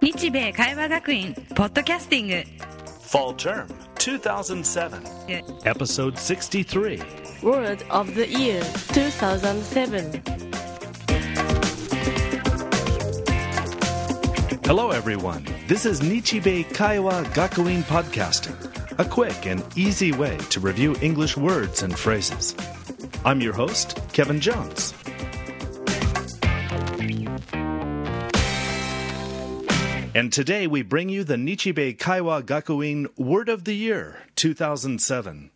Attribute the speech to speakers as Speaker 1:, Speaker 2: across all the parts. Speaker 1: 日米会話学院ポッドキャスティング
Speaker 2: Fall Term 2007,
Speaker 1: Yeah.
Speaker 2: Episode 63.
Speaker 3: Word of the Year 2007.
Speaker 2: Hello, everyone. This is Nichibei Kaiwa Gakuin Podcasting, a quick and easy way to review English words and phrases. I'm your host, Kevin Jones. And today we bring you the Nichibei Kaiwa Gakuin Word of the Year 2007.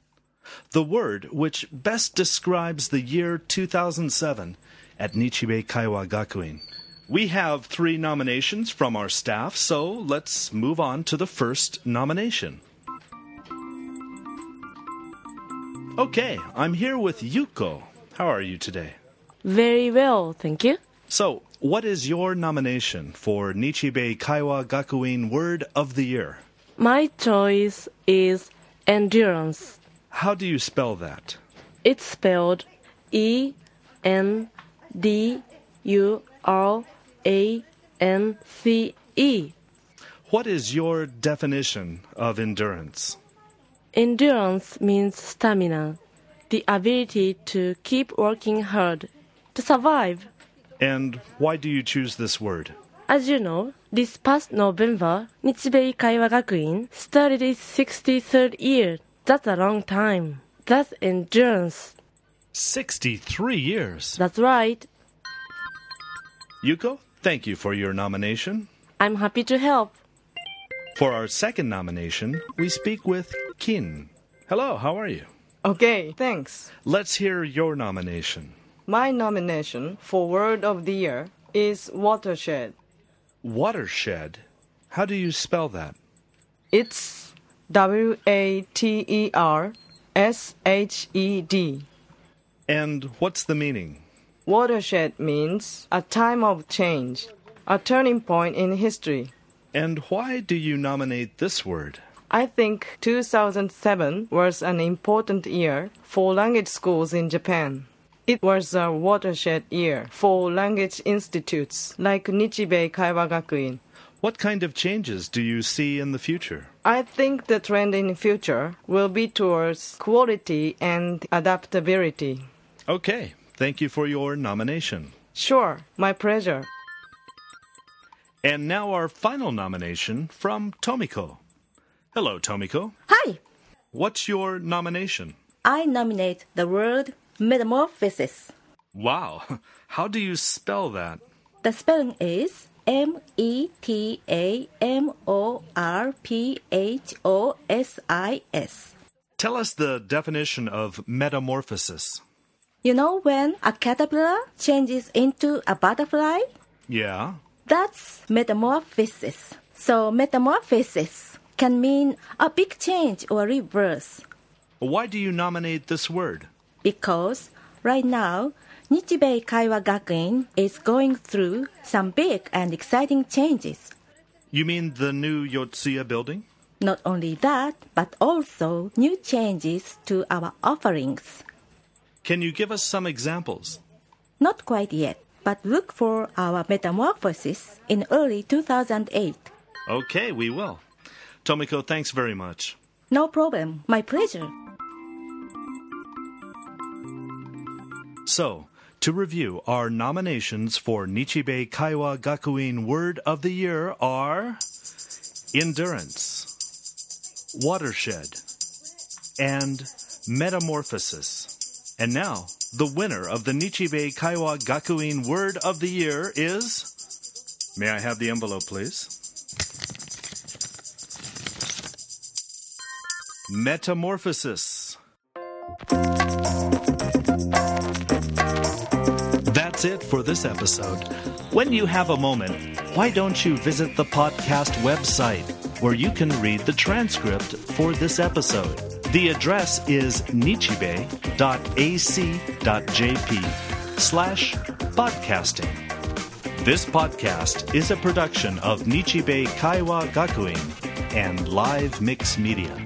Speaker 2: The word which best describes the year 2007 at Nichibei Kaiwa Gakuin. We have three nominations from our staff, so let's move on to the first nomination. Okay, I'm here with Yuko. How are you today?
Speaker 3: Very well, thank you.
Speaker 2: So, what is your nomination for Nichibei Kaiwa Gakuin Word of the Year?
Speaker 3: My choice is endurance.
Speaker 2: How do you spell that?
Speaker 3: It's spelled E N D U R A N C E.
Speaker 2: What is your definition of endurance?
Speaker 3: Endurance means stamina, the ability to keep working hard, to survive.
Speaker 2: And why do you choose this word?
Speaker 3: As you know, this past November, Nichibei Kaiwa Gakuin started its 63rd year. That's a long time. That's endurance.
Speaker 2: 63 years.
Speaker 3: That's right.
Speaker 2: Yuko, thank you for your nomination.
Speaker 3: I'm happy to help.
Speaker 2: For our second nomination, we speak with Kin. Hello, how are you?
Speaker 4: Okay, thanks.
Speaker 2: Let's hear your nomination.
Speaker 4: My nomination for Word of the Year is Watershed.
Speaker 2: Watershed. How do you spell that?
Speaker 4: It's W A T E R S H E D.
Speaker 2: And what's the meaning?
Speaker 4: Watershed means a time of change, a turning point in history.
Speaker 2: And why do you nominate this word?
Speaker 4: I think 2007 was an important year for language schools in Japan. It was a watershed year for language institutes like Nichibei Kaiwa Gakuin.
Speaker 2: What kind of changes do you see in the future?
Speaker 4: I think the trend in future will be towards quality and adaptability.
Speaker 2: Okay, thank you for your nomination.
Speaker 4: Sure, my pleasure.
Speaker 2: And now our final nomination from Tomiko. Hello, Tomiko.
Speaker 5: Hi,
Speaker 2: What's your nomination?
Speaker 5: I nominate the word metamorphosis.
Speaker 2: Wow, how do you spell that?
Speaker 5: The spelling is M E T A M O R P H O S I S.
Speaker 2: Tell us the definition of metamorphosis.
Speaker 5: You know when a caterpillar changes into a butterfly?
Speaker 2: Yeah.
Speaker 5: That's metamorphosis. So, metamorphosis can mean a big change or reverse.
Speaker 2: Why do you nominate this word?
Speaker 5: because right now Nichibei Kaiwa Gakuin is going through some big and exciting changes.
Speaker 2: You mean the new Yotsuya building?
Speaker 5: Not only that, but also new changes to our offerings.
Speaker 2: Can you give us some examples?
Speaker 5: Not quite yet, but look for our metamorphosis in early 2008.
Speaker 2: Okay, we will. Tomiko, thanks very much.
Speaker 5: No problem, my pleasure.
Speaker 2: So, to review, our nominations for Nichibei Kaiwa Gakuin Word of the Year are Endurance, Watershed, and Metamorphosis. And now, the winner of the Nichibei Kaiwa Gakuin Word of the Year is. May I have the envelope, please? Metamorphosis. That's it for this episode. When you have a moment, why don't you visit the podcast website where you can read the transcript for this episode? The address is nichibei.ac.jp slash podcasting. This podcast is a production of Nichibei Kaiwa Gakuin and Live Mix Media.